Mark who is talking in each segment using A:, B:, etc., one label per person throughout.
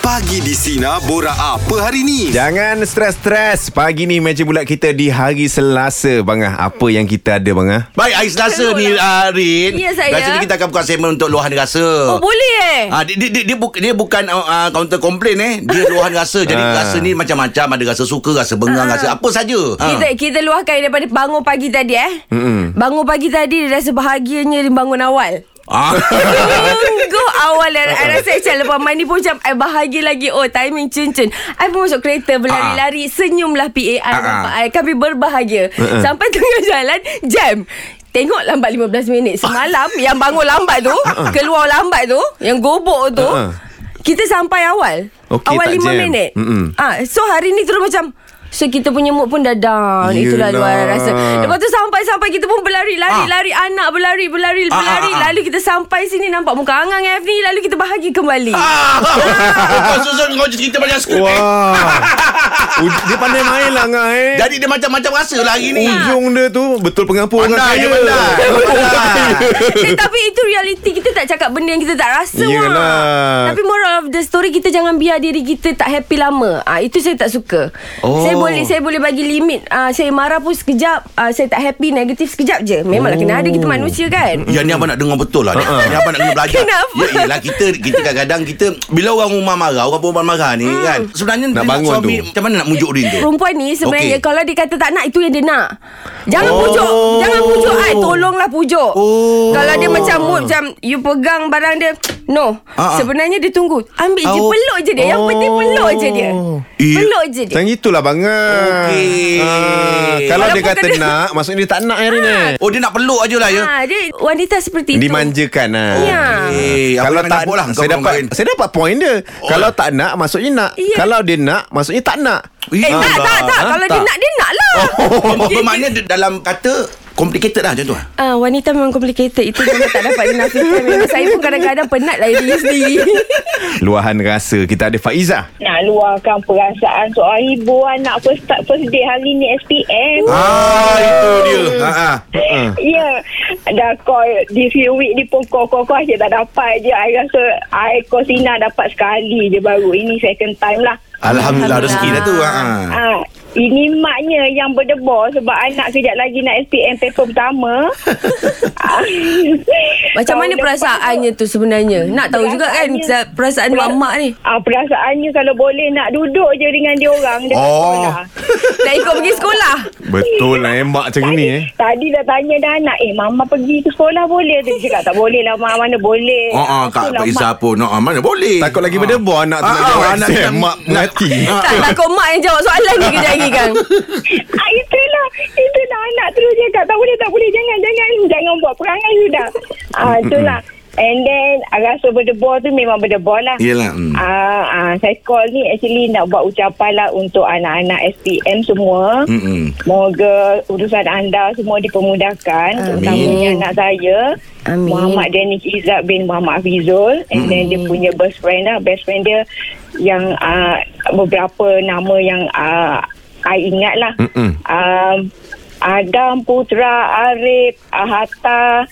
A: Pagi di Sina Bora apa hari ni?
B: Jangan stres-stres. Pagi ni meja bulat kita di hari Selasa, Bang Ah. Apa yang kita ada, Bang Ah?
C: Baik, hari Selasa
D: Hello
C: ni uh,
D: lah.
C: Rin
D: Ya, saya.
C: Rasa ni kita akan buka segmen untuk luahan rasa
D: Oh boleh eh
C: Ah, dia, dia, dia, dia, bu- dia bukan uh, kaunter komplain eh Dia luahan rasa Jadi
B: Ah.
C: rasa ni macam-macam Ada rasa suka Rasa bengang
D: Ah.
C: Rasa apa saja Ah.
D: kita, kita luahkan daripada bangun pagi tadi eh
B: Mm-mm.
D: Bangun pagi tadi Dia rasa bahagianya Dia bangun awal
C: ah.
D: Go awal dan I rasa macam Lepas mandi pun macam I bahagia lagi Oh timing cun-cun I pun masuk kereta Berlari-lari Senyumlah PA I
C: Ah.
D: nampak I Kami berbahagia Sampai tengah jalan Jam Tengok lambat 15 minit Semalam Yang bangun lambat tu Keluar lambat tu Yang gobok tu
B: Ah.
D: Kita sampai awal
B: Okey,
D: Awal
B: tak
D: 5
B: jam.
D: minit
B: Mm-mm.
D: ah, So hari ni terus macam So kita punya mood pun dah down Itulah
B: Yelah.
D: luar rasa Lepas tu sampai-sampai Kita pun berlari-lari
C: Ah.
D: Lari anak berlari Berlari
C: Ah, ah,
D: berlari
C: ah, ah.
D: Lalu Lalu kita sampai sini nampak muka Angang Avni lalu kita bahagi kembali.
C: ah.
D: Ah.
C: Kau susun kau cerita banyak sekali eh.
B: Wah. Uj- dia pandai main lah, Angah, eh.
C: Jadi dia macam-macam rasa lah hari ni
D: Ya.
B: Ujung dia tu betul pengampung orang
C: Pandai
B: kaya.
C: dia pandai Pandai.
D: Eh, tapi itu realiti Kita tak cakap benda yang kita tak rasa Wak.
B: Yelah.
D: Tapi moral of the story Kita jangan biar diri kita Tak happy lama ah, Itu saya tak suka
C: Oh.
D: Saya boleh saya boleh bagi limit ah, Saya marah pun sekejap ah, Saya tak happy Negatif sekejap je Memanglah oh. kena ada Kita manusia kan
C: Ya ni abang nak dengar betul lah ni.
B: Ah.
C: Ni abang nak kena belajar
D: Kenapa?
C: Ya yelah kita Kita kadang-kadang kita Bila orang rumah marah Orang perempuan marah ni kan Sebenarnya
B: Nak bangun
C: suami,
B: tu.
C: Macam mana nak mujuk dia tu
D: Ah. Perempuan ni sebenarnya
C: Okey.
D: okay. Kalau dia kata tak nak Itu yang dia nak Jangan
C: Oh.
D: oh. pujuk Jangan pujuk ai, Tolonglah pujuk
C: Oh.
D: Kalau dia macam mood Macam you pegang barang dia No
C: Ah, Oh. ah.
D: Sebenarnya dia tunggu Ambil je
C: Oh.
D: peluk je dia Yang penting peluk je dia
C: Eh.
D: Peluk je dia
B: Macam itulah, Bang Ah.
C: Okey.
B: Ah, kalau dia
D: Walaupun
B: kata
D: kena-
B: nak, maksudnya dia tak nak, Erin, eh.
C: Oh dia nak peluk aje lah ya
D: ha, Dia wanita seperti itu
B: Dimanjakan lah.
D: Ya.
C: Eh, ah. apa
B: kalau
C: yang
B: tak
C: nampak lah kau
B: saya
C: orang
B: dapat
C: main. Oh.
B: saya dapat point dia. Kalau tak nak maksudnya nak.
D: Ya.
B: Kalau dia nak maksudnya tak nak.
D: Eh
C: Ah,
D: tak tak
C: bang.
D: tak
B: Ah,
D: Kalau dia
B: tak.
D: nak Dia nak lah
C: Ber- Oh, Bermakna dia dalam kata complicated lah macam tu.
D: Ah, wanita memang complicated Itu memang tak dapat dinafikan Memang saya pun kadang-kadang penat lah diri sendiri
B: Luahan rasa kita ada Faiza.
E: nak luahkan perasaan seorang ibu anak first start first day hari ni SPM.
C: Ah, itu dia. Ha ah.
E: Ya Dah call Di few week ni pun Call-call-call je tak dapat je I rasa I call Sina dapat sekali je baru Ini second time lah
C: Alhamdulillah rezeki dah tu. Ha ah.
E: ha, Ini maknya yang berdebar Sebab anak kejap lagi nak SPM paper pertama Ah.
D: Macam
E: Tahun
D: mana
E: depan
D: perasaannya tu sebenarnya? Nak tahu juga kan
E: Perasaannya-
D: perasaan
E: Pera-
D: mak ni.
E: Ah, perasaannya kalau boleh nak duduk je dengan dia orang dekat
C: Oh.
E: sekolah.
D: Nak ikut pergi sekolah.
B: Betul lah emak macam ni eh.
E: Tadi dah tanya dah anak Eh mama pergi ke sekolah boleh Dia cakap tak boleh lah Mak mana boleh
C: Ha ah, Kak
E: Itulah,
C: Pak Izzah
E: Mak.
C: pun. Ha ah, mana boleh.
B: Takut lagi berdebar anak tu
C: Ah,
B: nak
C: ah,
B: jawab
C: anak
B: exam,
C: macam-
B: mak mengati.
C: Ah.
D: Tak takut mak yang jawab soalan ni kejap lagi kan.
E: ah, Itulah Itulah anak terus cakap Tak boleh tak boleh Jangan jangan Jangan buat perangai sudah ah, Itulah And then I Rasa berdebar tu Memang berdebar lah
C: Yelah. Hmm.
E: Ah, ah, saya call ni actually nak buat ucapan lah untuk anak-anak SPM semua.
C: Mm-mm.
E: Moga urusan anda semua dipermudahkan. Terutamanya anak saya.
D: Amin.
E: Muhammad Danish Izzat bin Muhammad Fizul. And then dia punya best friend lah. Best friend dia yang ah, beberapa nama yang ah, I ingat lah.
B: Mm-mm.
E: Um, Adam, Putra, Arif, Ahata.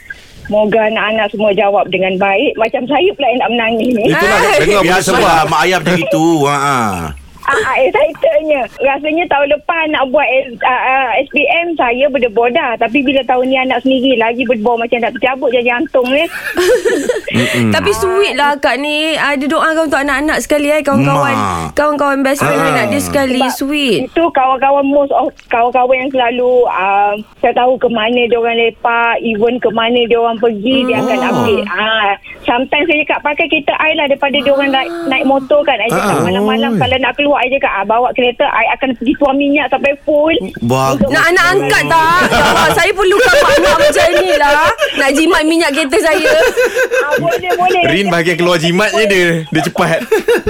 E: Moga anak-anak semua jawab dengan baik. Macam saya pula yang nak menangis ni.
B: Itulah
D: Hai.
B: dengar bunyi
C: Biasa
B: sebab.
C: lah mak ayah macam itu. Ha ah.
E: Ah, excitednya. Rasanya tahun depan nak buat S- ah, ah, SPM saya berdebar dah. Tapi bila tahun ni anak sendiri lagi berdebar macam nak tercabut je jantung ni.
D: Tapi sweet lah kak ni. Ah, Dia doakan untuk anak-anak sekali eh. Kawan-kawan.
C: Mak.
D: Kawan-kawan best friend
C: Ah.
D: anak dia sekali. Sweet.
E: Itu kawan-kawan most of kawan-kawan yang selalu ah, saya tahu ke mana dia orang lepak, even ke mana dia orang pergi dia akan update. Ah, sometimes saya cakap pakai kereta I lah daripada dia orang naik, naik motor kan. I cakap
C: Ah.
E: malam-malam kalau nak keluar I cakap ah, bawa kereta I akan pergi tuang minyak sampai full.
C: Bagus.
D: Nak anak angkat tak? Jawab, saya perlukan mak nak macam ni lah. Nak jimat minyak kereta saya.
E: Ah, boleh boleh.
B: Rin bahagian keluar jimatnya dia. Dia cepat.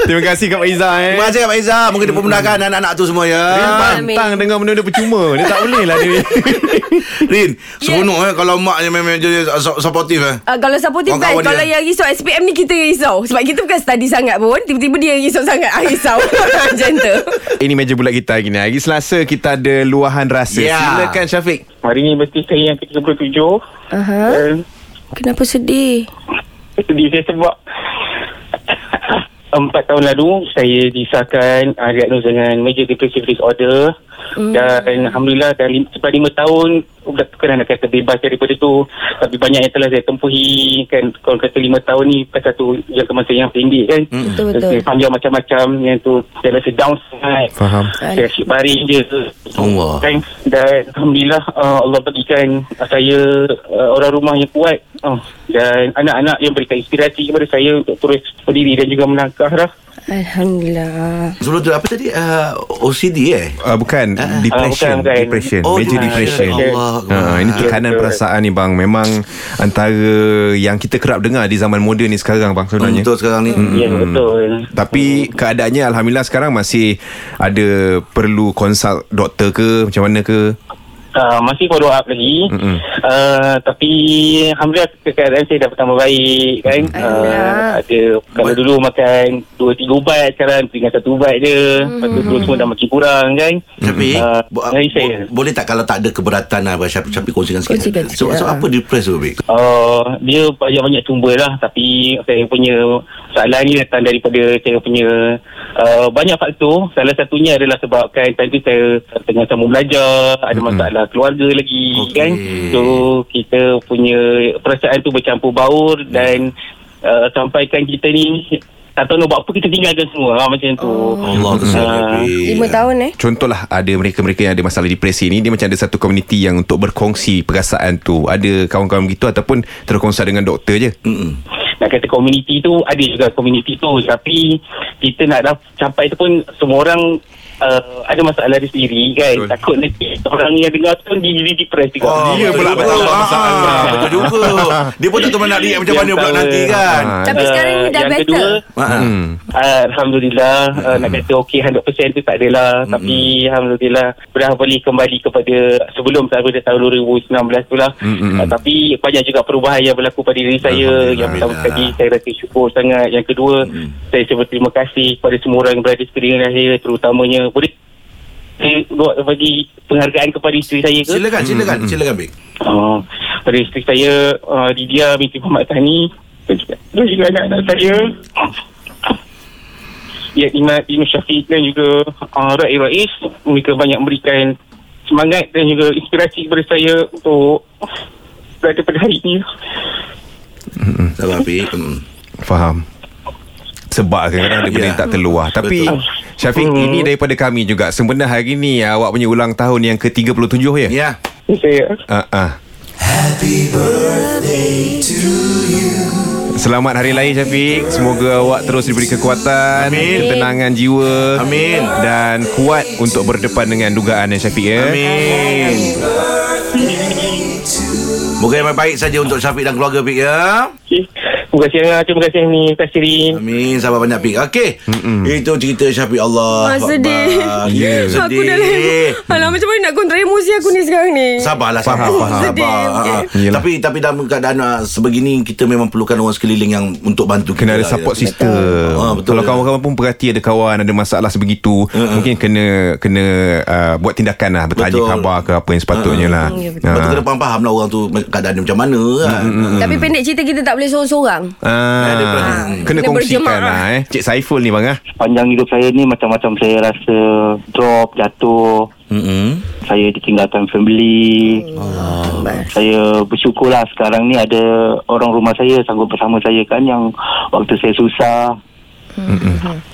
B: Terima kasih Kak Faiza eh.
C: Terima kasih Kak Pak Izzah. Moga dipermudahkan anak-anak tu semua ya.
B: Rin
D: Amin.
B: pantang dengar benda-benda percuma. Dia tak boleh lah dia.
C: Rin, seronok eh kalau maknya memang jadi so- supportive eh.
D: Ah, kalau supportive
C: Kawan-kawan
D: best
C: dia.
D: Kalau yang risau SPM ni kita yang risau Sebab kita bukan study sangat pun Tiba-tiba dia yang risau sangat ah, Risau Macam tu
B: Ini meja bulat kita hari ni. Hari Selasa kita ada luahan rasa.
C: Ya.
B: Silakan Syafiq.
F: Hari ni birthday saya yang ke-37 Eh,
D: Aha.
F: Dan
D: Kenapa sedih?
F: sedih saya sebab Empat tahun lalu saya disahkan uh, diagnos dengan major depressive disorder
D: Hmm.
F: mm. dan alhamdulillah dah lim, sebab lima tahun dah kena nak kata bebas daripada tu tapi banyak yang telah saya tempuhi kan kalau kata lima tahun ni pasal tu jangka masa yang pendek kan mm.
D: Betul, betul.
F: saya panjang macam-macam yang tu saya rasa down sangat
B: Faham.
F: saya asyik baring je
C: Allah.
F: dan, dan Alhamdulillah uh, Allah berikan uh, saya uh, orang rumah yang kuat uh, dan anak-anak yang berikan inspirasi kepada saya untuk terus berdiri dan juga melangkah lah
D: Alhamdulillah.
C: Sebelum tu apa tadi uh, OCD eh
B: Uh, bukan
C: Ah,
B: depression
F: ah, bukan, bukan.
B: depression
C: Oh,
B: major
F: ah,
B: depression
C: Allah.
B: Ha, ini tekanan
F: Betul.
B: perasaan ni bang memang antara yang kita kerap dengar di zaman moden ni sekarang bang sebenarnya
C: Untuk sekarang ni
F: hmm. ya betul
B: Tapi keadaannya Alhamdulillah sekarang masih ada perlu konsult doktor ke macam mana ke?
F: Uh, masih follow up lagi
B: Mm-mm.
F: uh, Tapi Alhamdulillah ke- keadaan saya dah bertambah baik kan
D: Alhamdulillah.
F: uh, Ada Kalau dulu makan 2-3 ubat Sekarang tinggal satu ubat je Lepas tu dua semua dah makin kurang kan
C: Syafiq
F: Ah,
C: bo-
F: dari saya.
C: bo- Boleh tak kalau tak ada keberatan lah Syafiq, Syafiq kongsikan sikit
D: Kongsikan sikit,
C: Sebab, sebab
D: ah.
C: apa depress tu Fik?
F: Uh, dia banyak-banyak sumber lah Tapi saya punya Soalan ni datang daripada Saya punya uh, Banyak faktor Salah satunya adalah sebabkan Time tu saya tengah sama belajar Ada masalah keluarga lagi
C: Okey.
F: okay. kan So kita punya Perasaan tu bercampur baur Dan uh, Sampaikan kita ni Tak tahu nak buat apa Kita tinggalkan semua ha, Macam tu
C: Allah tu Syafiq
D: Lima tahun eh.
B: Contohlah ada mereka-mereka yang ada masalah depresi ni Dia macam ada satu komuniti yang untuk berkongsi perasaan tu Ada kawan-kawan begitu ataupun terkonsult dengan doktor je
C: Mm-mm.
F: nak kata komuniti tu ada juga komuniti tu tapi kita nak dah sampai tu pun semua orang uh, ada masalah dia sendiri
B: Betul.
F: kan Betul. takut nanti orang yang dengar tu dia jadi depress juga
C: Oh,
B: Dia
C: betul
B: pula
C: juga.
B: bertambah
C: Ah,
B: masalah.
C: Betul juga Dia pun tak tahu nak react macam
F: Yang
C: mana pula
F: tahu.
C: nanti kan
B: Ah.
D: Tapi sekarang ni dah
F: yang
D: better.
F: kedua
C: Ah.
B: Hmm.
F: uh, Alhamdulillah uh,
C: Hmm.
F: nak kata okey 100% tu tak adalah mm tapi Alhamdulillah dah boleh kembali kepada sebelum daripada tahun 2019 tu lah
B: Mm-mm.
F: uh, tapi banyak juga perubahan yang berlaku pada diri saya yang pertama
C: Hmm, Alhamdulillah. Hmm,
F: sekali saya rasa syukur sangat yang kedua saya saya berterima kasih kepada semua orang yang berada sekeliling saya terutamanya boleh saya buat bagi penghargaan kepada isteri saya ke?
C: Silakan silakan
B: Mm.
C: silakan Fik
F: Uh, pada isteri saya uh, Lydia binti Muhammad Tani dan juga, dan juga anak-anak saya Ya Iman Ibn Syafiq dan juga uh, Ra'i Rais mereka banyak memberikan semangat dan juga inspirasi kepada saya untuk berada pada hari ini
C: Sabar Fik
B: Mm.
C: Mm-mm.
B: Faham sebab kadang-kadang ada benda
C: Ya.
B: yang tak keluar Tapi
C: Betul. Hmm.
B: Syafiq ini daripada kami juga Sebenarnya hari ni Awak punya ulang tahun yang ke-37 ya?
C: Ya
F: saya
B: Ah ah. Selamat Hari Lahir Syafiq Semoga awak terus diberi kekuatan
C: Amin.
B: Ketenangan jiwa
C: Amin.
B: Dan kuat untuk berdepan dengan dugaan yang Syafiq ya
C: Amin Moga yang baik saja untuk Syafiq dan keluarga Fik ya
F: okay. terima kasih Angah terima kasih Ni terima kasih Rin
C: Amin Sabar banyak Fik Okey Itu cerita Syafiq Allah
D: Ah, sedih.
C: Akbar.
B: Ya.
C: Ya
D: Aku dah
C: sedih
D: Alah macam mana nak kontrol emosi aku ni sekarang ni?
C: Sabarlah sabar,
B: Faham, faham.
C: sabar. Ah, ah.
B: Yelah.
C: Tapi tapi dalam keadaan uh, sebegini kita memang perlukan orang sekeliling yang untuk bantu kita.
B: Kena ada
C: lah,
B: support
C: ya.
B: system
C: Ah, betul.
B: Kalau kawan-kawan pun perhati Ada kawan ada masalah sebegitu Mungkin kena Kena uh, buat tindakan lah Bertanya
C: Betul.
B: khabar ke apa yang sepatutnya lah
D: Ya, betul.
B: Ah.
C: Lepas tu kena faham-faham lah orang tu keadaan dia macam mana kan.
D: Tapi pendek cerita kita tak boleh seorang-seorang.
C: Ada pula.
B: Ah, kena
D: Kena
B: kongsikan
D: berjemaah.
B: lah eh. Cik Saiful ni bang ah.
G: Panjang hidup saya ni macam-macam saya rasa drop, jatuh.
C: Mm-mm.
G: Saya ditinggalkan family. Saya bersyukur lah sekarang ni ada orang rumah saya sanggup bersama saya kan yang waktu saya susah.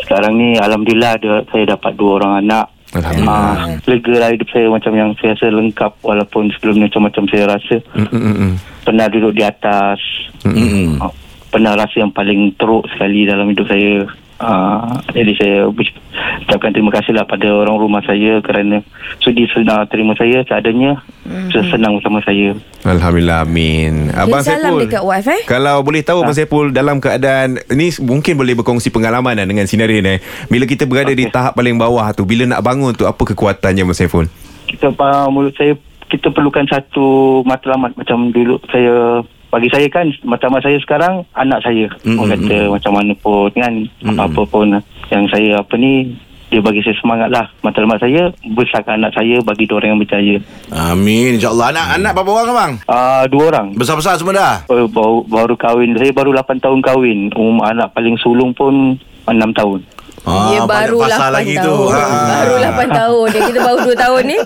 G: Sekarang ni Alhamdulillah ada, saya dapat dua orang anak.
B: Alhamdulillah.
G: Ah, lega lah hidup saya macam yang saya rasa lengkap walaupun sebelum ni macam-macam saya rasa.
B: Mm, mm, mm, mm.
G: Pernah duduk di atas.
C: Mm-mm.
G: Ah, Pernah rasa yang paling teruk sekali dalam hidup saya. Uh, jadi saya ber- ucapkan terima kasih lah pada orang rumah saya kerana sudi senang terima saya seadanya. Mm-hmm. Senang bersama saya.
B: Alhamdulillah amin. Abang
D: Kirim salam
B: Saiful.
D: dekat wife, eh.
B: Kalau boleh tahu Abang Saiful dalam keadaan ni mungkin boleh berkongsi pengalaman lah dengan sinarin eh. Bila kita berada okay. di tahap paling bawah tu bila nak bangun tu apa kekuatannya Abang Saiful?
G: kita uh, menurut saya kita perlukan satu matlamat macam dulu saya bagi saya kan matlamat saya sekarang anak saya mm-hmm. orang kata macam mana pun kan mm-hmm. apa-apa pun yang saya apa ni dia bagi saya semangat lah matlamat saya besarkan anak saya bagi dua orang yang berjaya
C: Amin insyaAllah Anak anak berapa orang abang?
G: uh, dua orang Eh,
C: Besar-besar semua dah
G: baru, baru, baru kahwin saya baru 8 tahun kahwin um, anak paling sulung pun enam tahun.
C: Ah,
D: Dia
C: banyak
D: Ya, baru
C: pasal
D: 8
C: lagi
D: tahun.
C: tu. Ha.
D: Baru 8 tahun. Dan kita baru 2 tahun ni.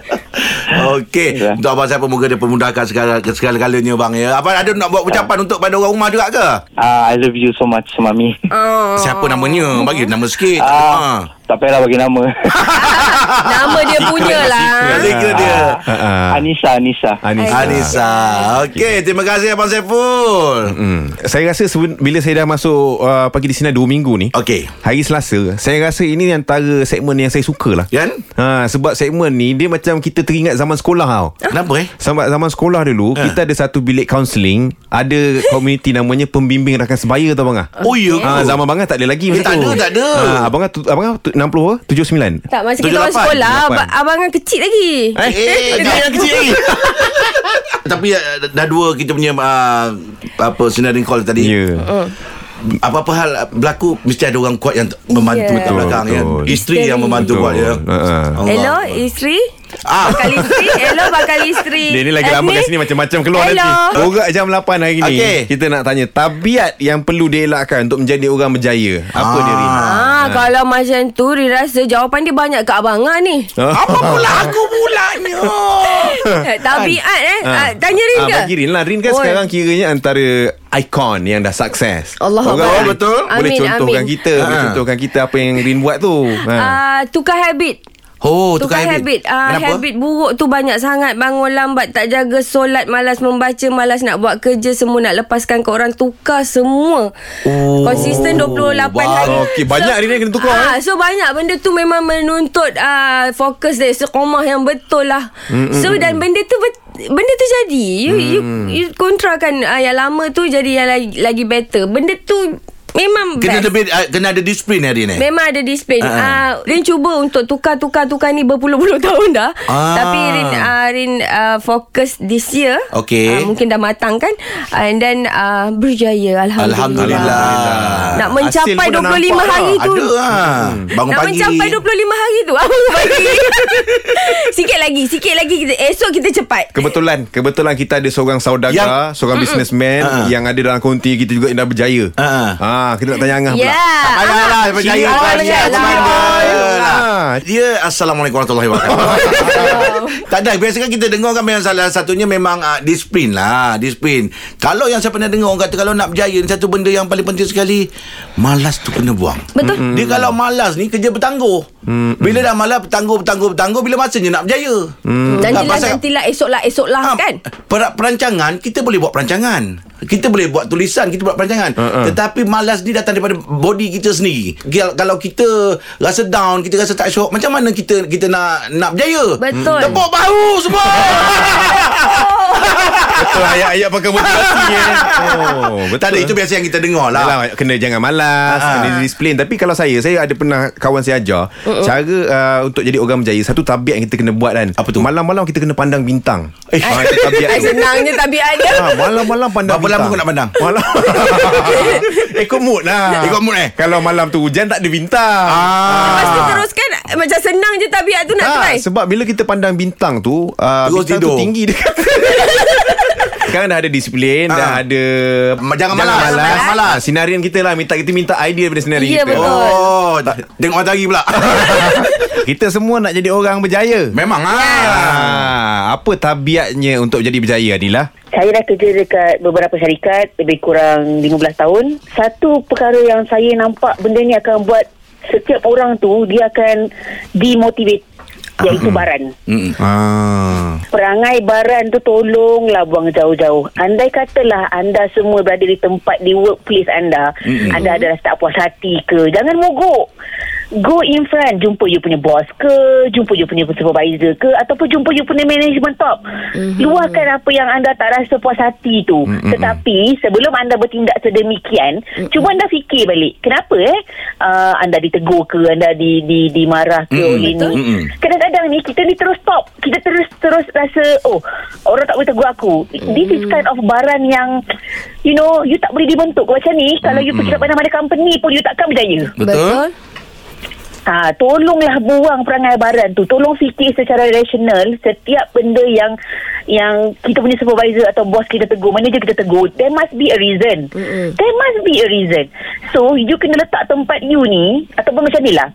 C: Okey.
G: Ya.
C: Untuk abang saya pemuka dia pemudahkan segala segala-galanya bang ya. Abang ada nak buat ucapan untuk pada orang rumah juga ke?
G: Ah, I love you so much, Mami.
D: Oh.
C: Siapa namanya? Bagi nama sikit.
G: Ah,
C: Ha.
G: tak payahlah bagi nama.
D: Nama dia punya lah.
C: Lega dia.
B: Ah.
G: Anissa, Anissa.
B: Anissa.
C: Anissa. Okey, terima kasih abang Saiful.
B: Hmm. Saya rasa seben- bila saya dah masuk uh, pagi di sini 2 minggu ni.
C: Okey.
B: Hari Selasa Saya rasa ini antara segmen yang saya suka lah
C: Yan?
B: ha, Sebab segmen ni Dia macam kita teringat zaman sekolah tau
C: Kenapa eh?
B: Sambat zaman sekolah dulu ha. Kita ada satu bilik kaunseling Ada komuniti namanya Pembimbing Rakan Sebaya tau bang
C: Oh ya ke?
B: Ha, zaman abang tak ada lagi
C: Eh, tak ada, tak ada.
B: ha, Abang tu, abang tu 60 ke? 79
D: Tak, masa kita orang
C: 78.
D: sekolah,
B: Lapan.
D: abang- abang kan kecil lagi.
C: Eh, eh jangan yang kecil lagi. Tapi ah, dah- dah dua kita punya uh, apa sinarin call tadi.
B: Ya yeah.
C: Apa-apa hal berlaku mesti ada orang kuat yang membantu
D: Ya.
C: yeah. kat belakang ya.
B: Betul.
C: Isteri
D: Isteri.
C: yang membantu
B: Betul.
C: kuat ya.
B: Ha-ha.
C: Allah.
D: Hello, isteri?
C: Ah.
D: Bakal isteri? Hello, bakal isteri?
B: Dia ni lagi
D: Eh,
B: lama kat sini Macam-macam keluar
D: Hello.
B: nanti Orang jam 8 hari ni
C: Okey.
B: Kita nak tanya Tabiat yang perlu dielakkan Untuk menjadi orang berjaya Apa
C: Ah.
B: dia Rina?
D: Ah, kalau macam tu Dia rasa jawapan dia banyak kat abangan ni
B: Ah.
C: Apa pula aku pulanya?
D: Eh, Tabiat eh ah, Tanya Rin
B: Ah,
D: ke?
B: Bagi Rin lah Rin kan
D: Oi.
B: sekarang kiranya Antara ikon yang dah sukses
D: Allah
B: Orang
D: Akbar.
B: boleh-
C: betul?
B: Boleh
D: Amin,
B: contohkan
D: amin.
B: kita Boleh
C: Ha.
B: contohkan kita Apa yang Rin buat tu ha.
D: Ah, tukar habit
C: Oh,
D: Tukar habit, Ah,
C: Kenapa?
D: Habit buruk tu banyak sangat Bangun lambat Tak jaga solat Malas membaca Malas nak buat kerja Semua nak lepaskan ke orang Tukar semua oh, Konsisten 28 hari
B: Ba- Okey, banyak hari ni kena tukar, eh?
D: ah, So banyak benda tu Memang menuntut ah, Fokus dari sekomah yang betul lah mm, So dan benda tu bet- Benda tu jadi You, mm. you, you kontrakan ah, Yang lama tu Jadi yang lagi, lagi better Benda tu Memang
C: Kena
D: best.
C: ada kena ada disiplin hari ni.
D: Memang ada disiplin.
C: Eh. Ah.
D: Ah, Rin cuba untuk tukar-tukar-tukar ni berpuluh-puluh tahun dah.
C: Ah.
D: Tapi Rin uh, Rin uh, fokus this year.
C: Okey.
D: Ah, mungkin dah matang kan. Ah, and then uh, berjaya alhamdulillah.
C: Alhamdulillah.
D: Nak
B: Hasil
D: mencapai
B: pun dah
D: 25
B: nampak dah.
D: hari tu.
C: Ada lah. Bangun
D: Nak
C: pagi.
D: mencapai 25 hari tu Abang bagi Sikit lagi Sikit lagi kita, Esok kita cepat
B: Kebetulan Kebetulan kita ada seorang saudagar
C: Yang-
B: Seorang businessman
C: Ha.
B: Yang ada dalam konti kita juga Yang dah berjaya
C: Ha.
B: Ah, Kita nak tanya Angah
D: Ya
B: pula
C: Alah, alah, percaya.
D: awal
C: Percaya,
D: dengan
C: percaya.
D: awal.
C: Alah. Dia, Assalamualaikum warahmatullahi wabarakatuh. tak ada. Biasakan kita dengar kan memang salah satunya memang uh, disiplin lah. Disiplin. Kalau yang saya pernah dengar orang kata kalau nak berjaya ni satu benda yang paling penting sekali. Malas tu kena buang.
D: Ah, Betul.
C: Mm. Dia kalau malas ni kerja bertangguh. Bila dah malas bertangguh, bertangguh, bertangguh. Bila masanya nak berjaya.
D: Nantilah
C: hmm. pasal-
D: Nantilah Esok lah Esok lah
C: Ah,
D: kan
C: per- perancangan kita boleh buat perancangan. Kita boleh buat tulisan, kita buat perancangan.
B: Uh-uh.
C: Uh-uh. Tetapi malas ni datang daripada body kita sendiri. Kal- Kalau kita rasa down, kita rasa tak syok, macam mana kita kita nak nak berjaya?
D: Betul.
C: Tepuk bahu semua.
B: Ah, Betul ayat-ayat pakai motivasi kan? oh,
C: Betul. Tak ada itu biasa yang kita dengar lah.
B: Yalah, kena jangan malas
C: Ah.
B: Kena disiplin Tapi kalau saya Saya ada pernah Kawan saya ajar uh-uh. Cara uh, untuk jadi orang berjaya Satu tabiat yang kita kena buat kan
C: Apa tu?
B: Malam-malam kita kena pandang bintang eh. ha, itu
C: Ya,
B: tabiat
D: Ay,
B: tu
D: Senangnya tabiat dia
B: ha, Malam-malam pandang
C: Berapa
B: bintang
C: lama kau nak pandang?
B: Malam Ikut mood lah
C: Ikut mood eh?
B: Kalau malam tu hujan tak ada bintang
C: Ah.
D: Lepas tu teruskan eh, Macam senang je tabiat tu nak
B: Ah,
D: try
B: sebab bila kita pandang bintang tu uh,
C: Terus
B: Bintang
C: tidur.
B: tu tinggi dekat Sekarang dah ada disiplin Dah
C: Ah.
B: ada
C: Ma- jangan malas, jangan malas.
B: Ah, Sinarian kita lah Minta kita minta idea daripada sinarian
D: Ya,
B: kita
D: betul.
C: Oh, tak- tengok matahari pula.
B: Kita semua nak jadi orang berjaya
C: Memang ah.
B: ah, Apa tabiatnya untuk jadi berjaya Adila?
H: Saya dah kerja dekat beberapa syarikat lebih kurang 15 tahun. Satu perkara yang saya nampak benda ni akan buat setiap orang tu dia akan demotivate iaitu baran.
C: Mm-mm.
B: Ah.
H: Perangai baran tu tolonglah buang jauh-jauh. Andai katalah anda semua berada di tempat di workplace anda, mm-hmm. anda ada rasa tak puas hati ke, jangan mogok. Go in front Jumpa you punya boss ke Jumpa you punya supervisor ke Ataupun jumpa you punya management top mm-hmm. Luahkan apa yang anda tak rasa puas hati tu mm-hmm. Tetapi Sebelum anda bertindak sedemikian mm-hmm. Cuba anda fikir balik Kenapa eh uh, Anda ditegur ke Anda di, di, dimarah ke mm-hmm. oleh ni
C: Mm-mm.
H: Kadang-kadang ni Kita ni terus stop Kita terus terus rasa Oh Orang tak boleh tegur aku mm-hmm. This is kind of baran yang You know You Eh, Hmm. tak boleh dibentuk macam ni Kalau you pergi pada mana company pun You takkan berjaya
C: Betul.
H: Ha, tolonglah buang perangai baran tu. Tolong fikir secara rasional setiap benda yang yang kita punya supervisor atau bos kita tegur, manager kita tegur. There must be a reason. Mm-mm. There must be a reason. So, you kena letak tempat you ni ataupun macam ni lah.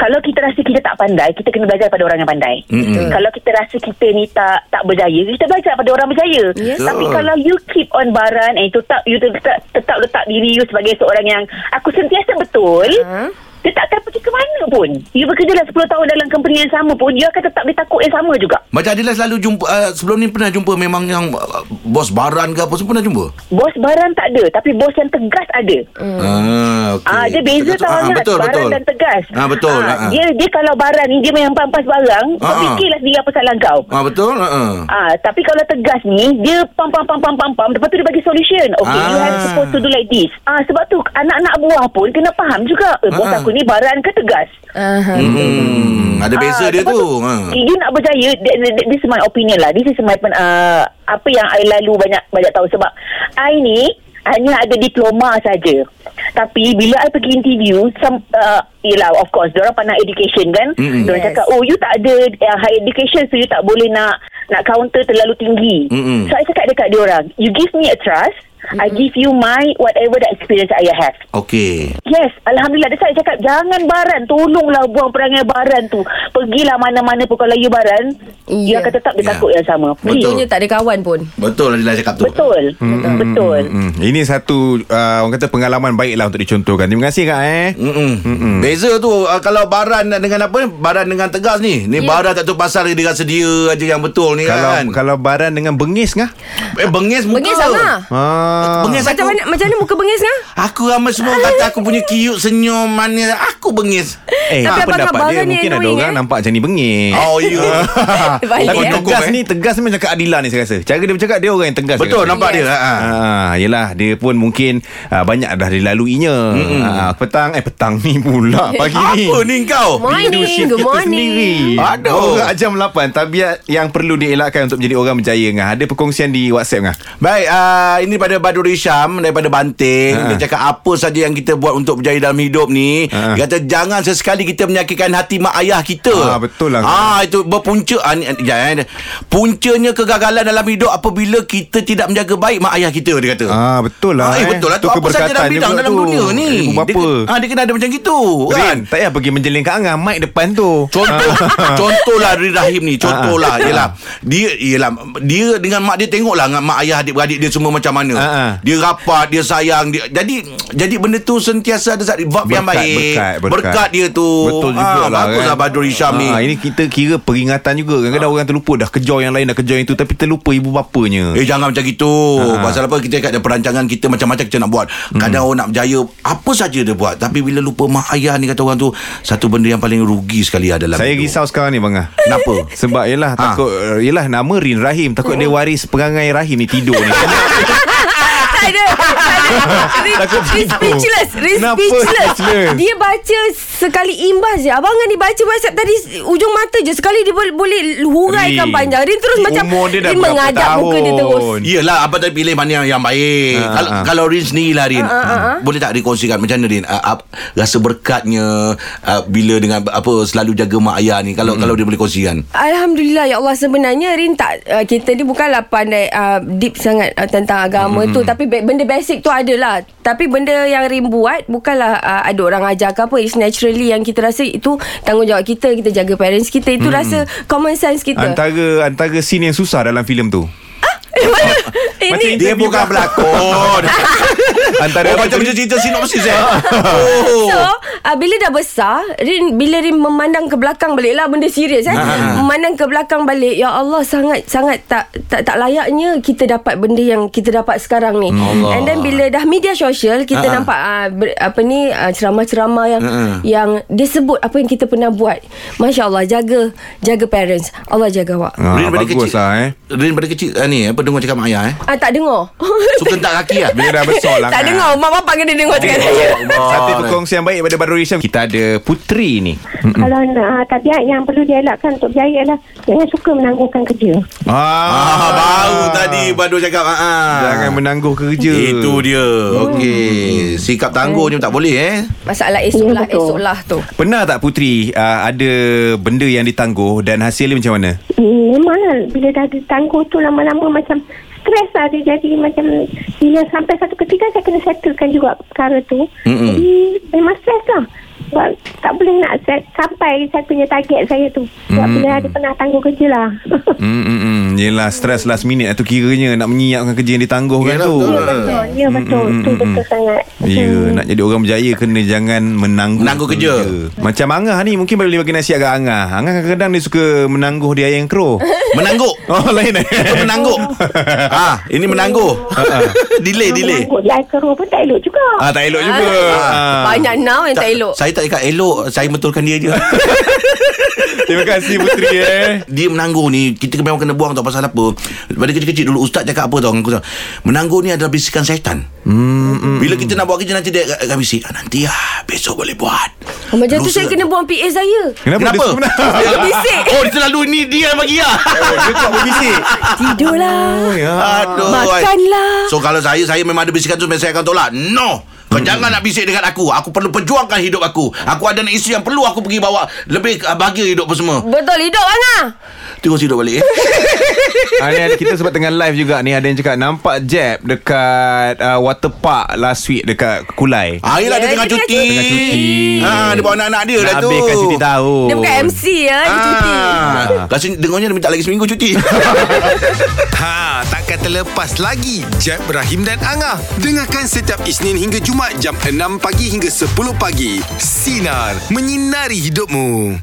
H: Kalau kita rasa kita tak pandai, kita kena belajar pada orang yang pandai. Mm-mm. Kalau kita rasa kita ni tak tak berjaya, kita belajar pada orang berjaya.
D: Yes.
H: Tapi
C: Betul.
H: kalau you keep on baran eh tetap you tetap, tetap letak diri you sebagai seorang yang aku sentiasa betul.
D: Ha?
H: Dia tak akan pergi ke mana pun. You bekerja dah 10 tahun dalam company yang sama pun, you akan tetap ditakut yang sama juga.
C: Macam Adila selalu jumpa uh, Sebelum ni pernah jumpa Memang yang uh, Bos baran ke apa Semua pernah jumpa
H: Bos barang tak ada, tapi bos yang tegas ada.
C: hmm. ah, okay.
H: Ah, dia beza tau
C: Ah,
H: Ahmad.
C: Betul
H: barang
C: betul
H: dan tegas.
C: ah, Betul ah, ah.
H: Dia, dia kalau barang ni, dia memang pampas barang,
C: Ah,
H: kau
C: ah.
H: fikirlah sendiri apa salah kau.
C: ah, Betul ah, ah.
H: Ah, tapi kalau tegas ni, dia pam pam pam pam pam pam, lepas tu dia bagi solution. Okay, ah. you have
C: Ah.
H: supposed to do like this. Ah, sebab tu anak-anak buah pun kena faham juga. Eh, bos
C: Ah.
H: aku ni barang ke tegas?
D: Aha.
C: Hmm, ada beza
H: Ah,
C: dia
H: lepas
C: tu. Ha.
H: You nak berjaya, th- th- th- this is my opinion lah. This is my pen- uh, apa yang I lalu banyak banyak tahu sebab I ni hanya ada diploma saja. Tapi bila I pergi interview, some, uh, yelah of course, diorang pandang education kan.
C: Mm-mm.
H: Mm-hmm. Diorang
D: Yes.
H: yes. cakap, oh you tak ada uh, high education so you tak boleh nak nak counter terlalu tinggi.
C: Mm-mm.
H: So I cakap dekat diorang, you give me a trust, mm-hmm. I give you my whatever the experience I have.
C: Okey.
H: Yes, Alhamdulillah. That's why I cakap, jangan baran. Tolonglah buang perangai baran tu. Pergilah mana-mana pun kalau you baran, you
D: Ya.
H: akan tetap dia
C: Ya.
H: takut yang sama. Please.
C: Betul.
D: Punya tak ada kawan pun.
C: Betul Adila cakap tu.
H: Betul. Betul. Betul.
B: Hmm, ini satu uh, orang kata pengalaman baiklah untuk dicontohkan. Terima kasih Kak eh.
C: Mm-mm. Mm-mm. Beza tu uh, kalau baran dengan apa? Baran dengan tegas ni. Ni yeah. baran tak tahu pasal dia rasa dia aja yang betul ni
B: Kalau
C: kan.
B: kalau baran dengan bengis kah?
C: eh bengis muka.
D: Bengis sama.
B: Ha.
C: Bengis
D: Macam
C: aku.
D: mana macam mana muka bengis kan?
C: Aku ramai semua orang kata aku punya kiut senyum manis. Aku bengis.
B: Eh,
D: Tapi
B: Tapi
D: abang
B: pendapat
D: abang
B: dia
D: ni
B: mungkin ada
D: annoying,
B: orang
D: eh?
B: nampak macam ni bengis.
C: Oh you.
D: Balik,
B: Tapi
D: eh.
B: tegas,
C: Cukup, eh.
B: ni Tegas ni macam Kak Adila ni saya rasa Cara dia bercakap Dia orang yang tegas saya
C: Betul
B: rasa.
C: nampak dia. Ha.
B: Ah, yelah dia pun mungkin ah, banyak dah dilaluinya. Ah, petang eh petang ni pula pagi ni.
C: Apa ni kau?
B: Rindu
D: Morning,
B: shift
D: good
B: kita
D: morning.
B: sendiri.
C: Aduh.
B: Orang jam 8 Tabiat yang perlu dielakkan Untuk menjadi orang berjaya ngah. Ada perkongsian di WhatsApp ngah.
C: Baik, uh, ini daripada Badrul Isham daripada Banting.
B: Ha.
C: Ha. Dia cakap apa saja yang kita buat untuk berjaya dalam hidup ni.
B: Ha.
C: Ha. Dia kata jangan sesekali kita menyakitkan hati mak ayah kita.
B: Ah, betul lah.
C: Ah itu berpunca ah, ni, jangan. Puncanya kegagalan dalam hidup apabila kita tidak menjaga baik mak ayah kita dia kata.
B: Ah, betul lah,
C: Ah, eh,
B: eh.
C: betul lah
B: Tu
C: tu apa saja
B: keberkatan
C: dalam
B: dia
C: bidang
B: pula
C: dalam
B: tu.
C: dunia ni.
B: Ibu bapa.
C: Dia, ah dia kena ada macam gitu kan.
B: Rin, tak payah pergi menjeling kat Angah Mic depan tu
C: Contoh Contohlah Ri Rahim
B: Ah,
C: ni Contohlah Yelah Dia Yelah Dia dengan mak dia Tengoklah dengan mak ayah Adik-beradik dia semua macam mana
B: Ah, ah.
C: Dia rapat Dia sayang dia, Jadi Jadi benda tu Sentiasa ada satu Vibe yang
B: Berkat,
C: baik
B: berkat, berkat.
C: berkat dia tu Ah,
B: Betul juga lah
C: Baguslah Badrul Hisham ni
B: Ah, Ini kita kira peringatan juga Kadang-kadang orang terlupa Dah kejar yang lain Dah kejar yang itu Tapi terlupa ibu bapanya
C: Eh jangan macam gitu
B: Ha.
C: ha. Pasal apa kita kat dalam perancangan kita Macam-macam kita nak buat
B: Hmm.
C: Kadang orang nak berjaya Apa saja dia buat Tapi bila lupa mak ayah ni Kata orang tu Satu benda yang paling rugi sekali lah dalam
B: Saya
C: hidup.
B: risau sekarang ni bang ah.
C: Kenapa?
B: Sebab yelah
C: Ha.
B: takut eh, Yelah nama Rin Rahim Takut dia waris perangai Rahim ni tidur ni
D: Tak ada Tak ada
B: Takut
D: Riz
B: tidur.
D: speechless Riz
B: Kenapa
D: speechless
B: speechless?
D: Dia baca Sekali imbas je Abang ni baca WhatsApp tadi Ujung mata je Sekali dia boleh, boleh Huraikan
B: Rin,
D: panjang Rin terus macam
B: umur dia dah
D: Rin
B: berapa
D: mengadap muka dia terus
B: tahun?
C: Yelah Abang tadi pilih mana yang, yang baik
B: Ah,
C: ha, Kalau,
B: ah.
C: ha. kalau Rin sendiri lah Rin ha,
D: ah, ah.
C: Boleh tak dikongsikan Macam mana Rin uh, uh, Rasa berkatnya uh, Bila dengan apa Selalu jaga mak ayah ni Kalau hmm. kalau dia boleh kongsikan
D: Alhamdulillah ya Allah sebenarnya Rin tak uh, kita ni bukanlah pandai uh, deep sangat uh, tentang agama
B: Hmm.
D: tu tapi be- benda basic tu adalah tapi benda yang Rin buat bukanlah uh, ada orang ajar ke apa it's naturally yang kita rasa itu tanggungjawab kita kita jaga parents kita
B: Hmm.
D: itu rasa common sense kita
B: Antara Antara scene yang susah Dalam filem tu
D: Eh, mana? Eh,
B: Macam
D: ni-
B: Dia
C: Dia
B: Interview
C: bukan
B: kan?
C: berlakon
B: Antara
C: Oh macam macam cerita sinopsis eh
B: Ah,
C: Oh
D: So uh, Bila dah besar Rin, Bila Rin memandang ke belakang balik lah Benda serius kan
B: Ah.
D: Memandang ke belakang balik Ya Allah sangat Sangat tak tak, tak layaknya Kita dapat benda yang Kita dapat sekarang ni
C: Allah.
D: And then bila dah media sosial Kita
B: Ah,
D: nampak uh, ber, Apa ni uh, Ceramah-ceramah yang Yang Dia sebut apa yang kita pernah buat Masya Allah Jaga Jaga parents Allah jaga awak
B: Ah,
C: Rin pada
B: Bagus
C: kecil
B: lah eh
C: Rin pada kecil ah, ni apa pernah dengar cakap mak ayah eh?
D: Ah, tak dengar.
C: Suka tak kaki lah.
B: Bila dah besar lah kan.
D: tak
B: Oh,
D: dengar. Mak bapak kena dengar cakap saya.
B: Satu
C: eh.
B: perkongsian yang baik pada Baru Risham Kita ada Putri ni
H: Kalau nak ah, tabiat yang perlu dielakkan untuk berjaya ialah jangan suka menangguhkan kerja.
C: Ah, baru tadi Badul cakap ah, ah.
B: Jangan menangguh kerja
C: Itu dia.
D: Hmm.
C: Okey. Sikap tangguh ni tak boleh eh.
D: Masalah esok
H: Ya,
D: lah,
H: betul.
D: esok lah tu.
B: Pernah tak Putri uh, Ada benda yang ditangguh Dan hasilnya macam mana
H: Hmm, memanglah bila dah ditangguh tu lama-lama macam stres lah dia jadi macam bila sampai satu ketika saya kena settlekan juga perkara tu.
C: Mm-mm.
H: Jadi memang stres lah. Sebab tak boleh nak set, sampai saya punya target saya tu. Sebab bila ada pernah tangguh kerja lah.
B: Hmm, hmm, hmm. Yelah stres last minute tu kiranya nak menyiapkan kerja yang ditangguhkan
C: Yelah,
B: tu.
C: betul. lah.
H: betul. Ya betul. Tu betul sangat.
B: Ya, nak jadi orang berjaya kena jangan menangguh.
C: Menangguh kerja.
B: Macam Angah ni mungkin boleh bagi nasihat kat Angah. Angah kadang-kadang dia suka menangguh di ayam kro.
C: Menangguk.
B: Oh, lain eh.
C: Itu menangguk. ah, ini menangguh. delay, delay.
H: Menangguh di air keruh pun tak elok juga.
B: Ah, tak elok juga.
D: Ah, Banyak now yang tak, elok.
C: Saya tak cakap elok, saya betulkan dia je.
B: Terima kasih Putri eh.
C: dia menangguh ni kita memang kena buang tak pasal apa pada kecil-kecil dulu ustaz cakap apa tau dengan aku tau menangguh ni adalah bisikan setan hmm, bila kita nak buat kerja nanti dia akan bisik ah, nanti lah besok boleh buat
D: Oh, Macam tu
C: Lusa.
D: saya kena buang PA saya.
B: Kenapa?
C: Kenapa?
B: Dia suka menangguh?
D: Dia bisik.
C: Oh dia selalu ni dia yang bagi lah
B: Dia tak berbisik.
D: Ah, Tidurlah.
B: Ya.
D: ah.
C: Aduh
D: Makanlah.
C: So kalau saya Saya memang ada bisikan tu memang Saya akan tolak No kau hmm. jangan nak bisik dekat aku Aku perlu perjuangkan hidup aku Aku ada anak isteri yang perlu aku pergi bawa Lebih ah, bahagia hidup apa semua
D: Betul hidup Angah.
C: Terus hidup balik eh.
B: Ah, ni ada kita sebab tengah live juga ni ada yang cakap nampak Jeb dekat uh, water park last week dekat Kulai.
C: Ah, yelah
D: Ya,
C: dia tengah
D: dia
C: cuti
B: Tengah cuti.
C: Ah, Dia bawa anak-anak dia lah
B: Nak
C: tu
B: habiskan cuti tahun.
D: Dia bukan MC ya, dia cuti.
C: Ah. Rasanya dengarnya dia minta lagi seminggu cuti.
A: Ha, takkan terlepas lagi Jeb, Ibrahim dan Angah. Dengarkan setiap Isnin hingga Jumaat jam 6 pagi hingga 10 pagi. Sinar, menyinari hidupmu.